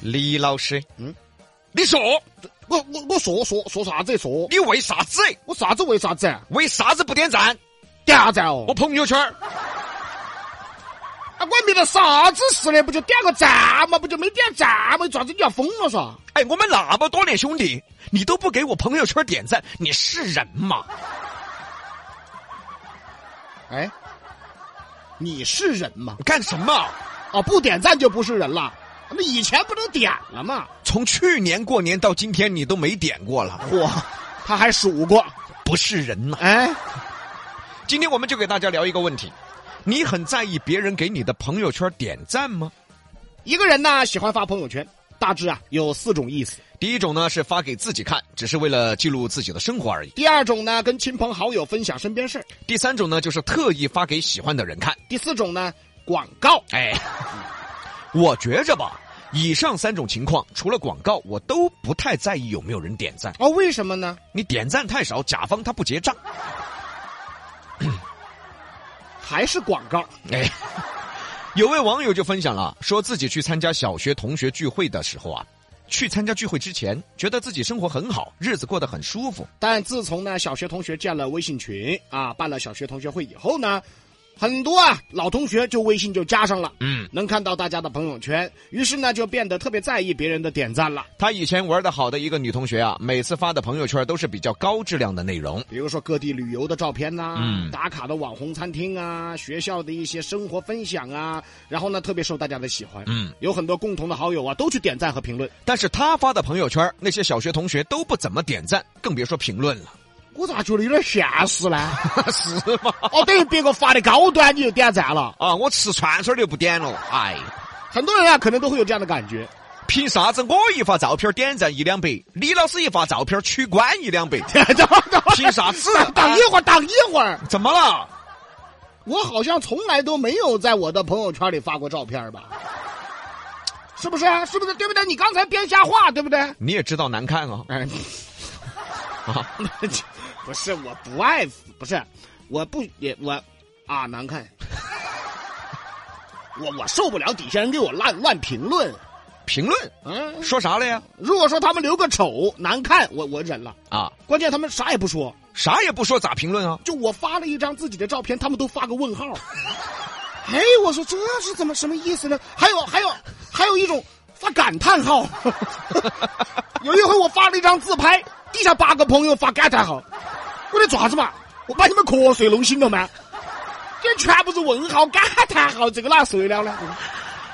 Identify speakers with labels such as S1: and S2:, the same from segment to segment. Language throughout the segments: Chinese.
S1: 李老师，
S2: 嗯，
S1: 你说
S2: 我我我说说说啥子说？
S1: 你为啥子？
S2: 我啥子为啥子？
S1: 为啥子不点赞？
S2: 点啥赞哦
S1: 我？朋友圈儿
S2: 啊，关你的啥子事呢？不就点个赞嘛？不就没点赞嘛？爪子你要疯了嗦？
S1: 哎，我们那么多年兄弟，你都不给我朋友圈点赞，你是人吗？
S2: 哎，你是人吗？
S1: 干什么？
S2: 啊，不点赞就不是人了。那以前不都点了吗？
S1: 从去年过年到今天，你都没点过了，
S2: 嚯，他还数过。
S1: 不是人呐、
S2: 哎，
S1: 今天我们就给大家聊一个问题：你很在意别人给你的朋友圈点赞吗？
S2: 一个人呢喜欢发朋友圈，大致啊有四种意思。
S1: 第一种呢是发给自己看，只是为了记录自己的生活而已；
S2: 第二种呢跟亲朋好友分享身边事儿。
S1: 第三种呢就是特意发给喜欢的人看。
S2: 第四种呢广告。
S1: 哎， 我觉着吧，以上三种情况除了广告，我都不太在意有没有人点赞。
S2: 哦，为什么呢？
S1: 你点赞太少，甲方他不结账。
S2: 还是广告。
S1: 哎，有位网友就分享了，说自己去参加小学同学聚会的时候啊，去参加聚会之前，觉得自己生活很好，日子过得很舒服。
S2: 但自从呢小学同学建了微信群啊，办了小学同学会以后呢，很多啊老同学就微信就加上了，
S1: 嗯，
S2: 能看到大家的朋友圈，于是呢就变得特别在意别人的点赞了。
S1: 他以前玩的好的一个女同学啊，每次发的朋友圈都是比较高质量的内容。
S2: 比如说各地旅游的照片呐、
S1: 嗯
S2: 打卡的网红餐厅啊，学校的一些生活分享啊，然后呢特别受大家的喜欢，
S1: 嗯，
S2: 有很多共同的好友啊都去点赞和评论。
S1: 但是他发的朋友圈，那些小学同学都不怎么点赞，更别说评论了，
S2: 我咋觉得有点现实呢？
S1: 是吗？
S2: 哦，等于别个发的高端你就点赞了，
S1: 啊，我吃串串就不点了，哎，
S2: 很多人啊可能都会有这样的感觉。
S1: 凭啥子我一发照片点赞一两百，李老师一发照片取关一两百？
S2: 等会儿等会儿？
S1: 凭啥子啊
S2: 等一会儿，等一会儿，
S1: 怎么了？
S2: 我好像从来都没有在我的朋友圈里发过照片吧？是不是？啊是不是？对不对？你刚才编瞎话，对不对？
S1: 你也知道难看啊！
S2: 哎，
S1: 啊，
S2: 不是，我不爱，不是，我不也我啊，难看。我我受不了底下人给我乱乱评论，
S1: 评论
S2: 嗯，
S1: 说啥了呀？
S2: 如果说他们留个丑难看，我我忍了。
S1: 啊，
S2: 关键他们啥也不说，
S1: 啥也不说，咋评论啊？
S2: 就我发了一张自己的照片，他们都发个问号。 哎，我说这是怎么什么意思呢？还有还有还有一种发感叹号。 有一回我发了一张自拍，底下八个朋友发感叹号，我的爪子嘛，我把你们瞌睡弄醒了吗？这全部是问号、感叹号，这个哪受得了呢？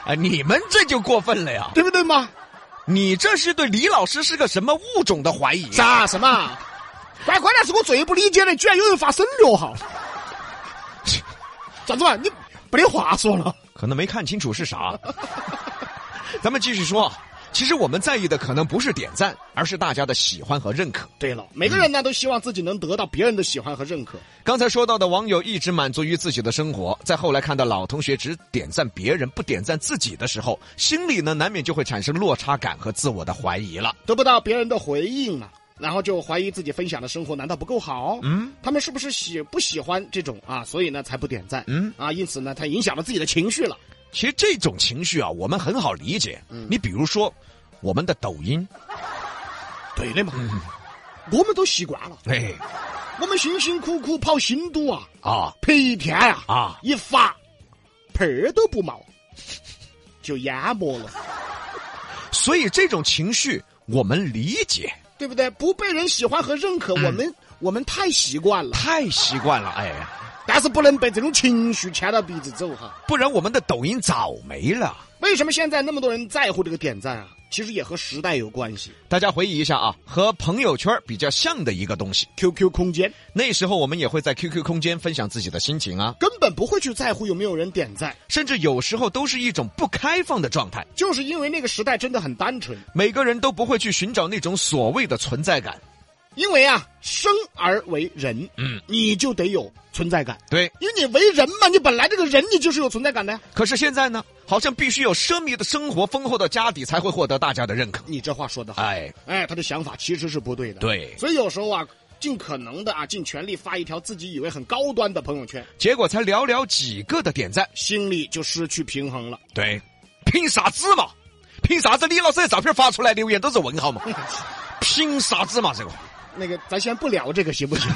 S1: 啊，你们这就过分了呀！
S2: 对不对嘛？
S1: 你这是对李老师是个什么物种的怀疑？
S2: 啥什么？关关键是我最不理解的，居然有人发省略 号。爪子嘛，你没得话说了。
S1: 可能没看清楚是啥。 咱们继续说，啊，其实我们在意的可能不是点赞，而是大家的喜欢和认可。
S2: 对了，每个人呢都希望自己能得到别人的喜欢和认可。
S1: 刚才说到的网友一直满足于自己的生活，在后来看到老同学只点赞别人不点赞自己的时候，心里呢难免就会产生落差感和自我的怀疑了。
S2: 得不到别人的回应嘛，然后就怀疑自己分享的生活难道不够好？
S1: 嗯，
S2: 他们是不是喜不喜欢这种啊？所以呢才不点赞。
S1: 嗯
S2: 啊，因此呢他影响了自己的情绪了。
S1: 其实这种情绪啊，我们很好理解。你比如说，我们的抖音，
S2: 对的嘛，嗯我们都习惯了，
S1: 哎，
S2: 我们辛辛苦苦跑新都啊，
S1: 啊
S2: 拍一天呀、啊，
S1: 啊，
S2: 一发盆儿都不冒，就淹没了，
S1: 所以这种情绪我们理解，
S2: 对不对？不被人喜欢和认可，我们我们太习惯了。
S1: 太习惯了，哎呀，
S2: 但是不能被这种情绪牵到鼻子走哈。
S1: 不然我们的抖音早没了。
S2: 为什么现在那么多人在乎这个点赞啊？其实也和时代有关系。
S1: 大家回忆一下啊，和朋友圈比较像的一个东西。
S2: QQ 空间
S1: 那时候我们也会在 QQ 空间分享自己的心情啊，
S2: 根本不会去在乎有没有人点赞，
S1: 甚至有时候都是一种不开放的状态，
S2: 就是因为那个时代真的很单纯。
S1: 每个人都不会去寻找那种所谓的存在感。
S2: 因为啊，生而为人，
S1: 嗯，
S2: 你就得有存在感，
S1: 对，
S2: 因为你为人嘛，你本来这个人你就是有存在感的呀。
S1: 可是现在呢，好像必须有奢靡的生活、丰厚的家底，才会获得大家的认可。
S2: 你这话说的好，
S1: 哎，
S2: 哎，他的想法其实是不对的。
S1: 对
S2: 所以有时候啊，尽可能的啊，尽全力发一条自己以为很高端的朋友圈，
S1: 结果才寥寥几个的点赞，
S2: 心里就失去平衡了。
S1: 对，凭啥子嘛？凭啥子李老师的照片发出来留言都是问号嘛？凭啥子嘛这个？
S2: 那个，咱先不聊这个行不行？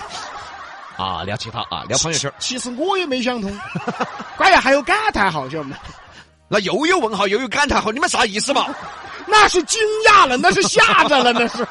S1: 啊，聊其他啊，聊朋友圈儿，
S2: 其实我也没想通，关键还有感叹号，晓得吗？
S1: 那又有问号又有感叹号，你们啥意思嘛？
S2: 那是惊讶了，那是吓着了，那是。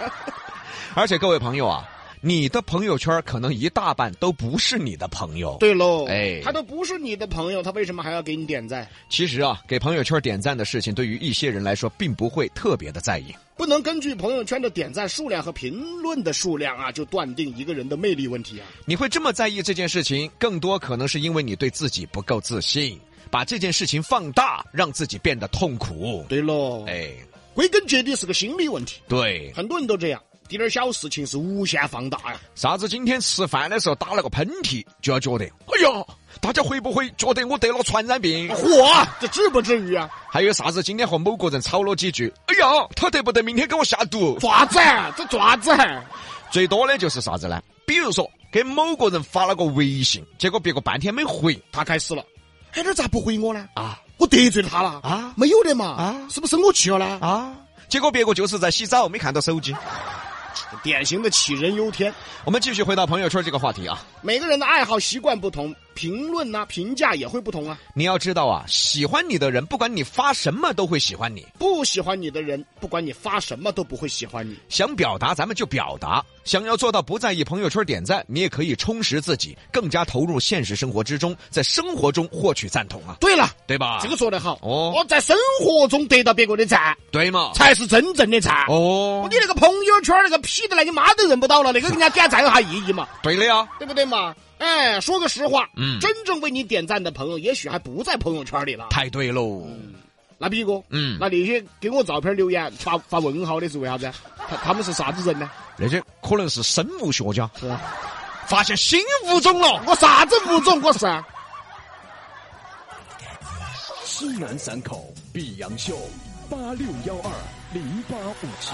S1: 而且各位朋友啊，你的朋友圈可能一大半都不是你的朋友。
S2: 对喽，
S1: 哎
S2: 他都不是你的朋友，他为什么还要给你点赞？
S1: 其实啊，给朋友圈点赞的事情，对于一些人来说，并不会特别的在意。
S2: 不能根据朋友圈的点赞数量和评论的数量啊，就断定一个人的魅力问题啊。
S1: 你会这么在意这件事情，更多可能是因为你对自己不够自信，把这件事情放大，让自己变得痛苦。
S2: 对喽，
S1: 哎，
S2: 归根结底是个心理问题，
S1: 对，
S2: 很多人都这样，滴点儿小事情是无限放大呀、
S1: 啥子今天吃饭的时候打了个喷嚏，就要觉得，哎呀，大家会不会觉得我得了传染病？
S2: 嚯，这至不至于啊！
S1: 还有啥子今天和某个人吵了几句，哎呀，他得不得明天给我下毒？
S2: 爪子，这爪子，
S1: 最多的就是啥子呢？比如说给某个人发了个微信，结果别个半天没回
S2: 他开始了，哎，这咋不回我呢？
S1: 啊
S2: 我得罪他了
S1: 啊
S2: 没有的嘛
S1: 啊
S2: 是不是我去了呢？
S1: 啊！结果别个就是在洗澡，没看到手机。
S2: 典型的杞人忧天。
S1: 我们继续回到朋友圈这个话题啊，
S2: 每个人的爱好习惯不同，评论呐、评价也会不同啊。
S1: 你要知道啊，喜欢你的人，不管你发什么都会喜欢你。
S2: 不喜欢你的人，不管你发什么都不会喜欢你。
S1: 想表达咱们就表达，想要做到不在意朋友圈点赞，你也可以充实自己，更加投入现实生活之中，在生活中获取赞同啊，
S2: 对了，
S1: 对吧？
S2: 这个说得好，
S1: 哦
S2: 我在生活中得到别个的赞，
S1: 对嘛？
S2: 才是真正的赞。
S1: 哦
S2: 你，那个朋友圈那个 P 的那个妈都认不到了，那个给人家点赞有啥意义嘛？
S1: 对的呀，
S2: 对不对嘛？哎，说个实话，
S1: 嗯
S2: 真正为你点赞的朋友，也许还不在朋友圈里了。
S1: 太对喽。
S2: 那比哥，
S1: 嗯
S2: 那那些给我照片留言发发问号的是为啥子？他他们是啥子人呢？
S1: 那些可能是啊生物学家
S2: 是吧
S1: 发现新物种了。
S2: 我啥子物种？我是啊。
S3: 西南三口碧阳秀八六幺二零八五七。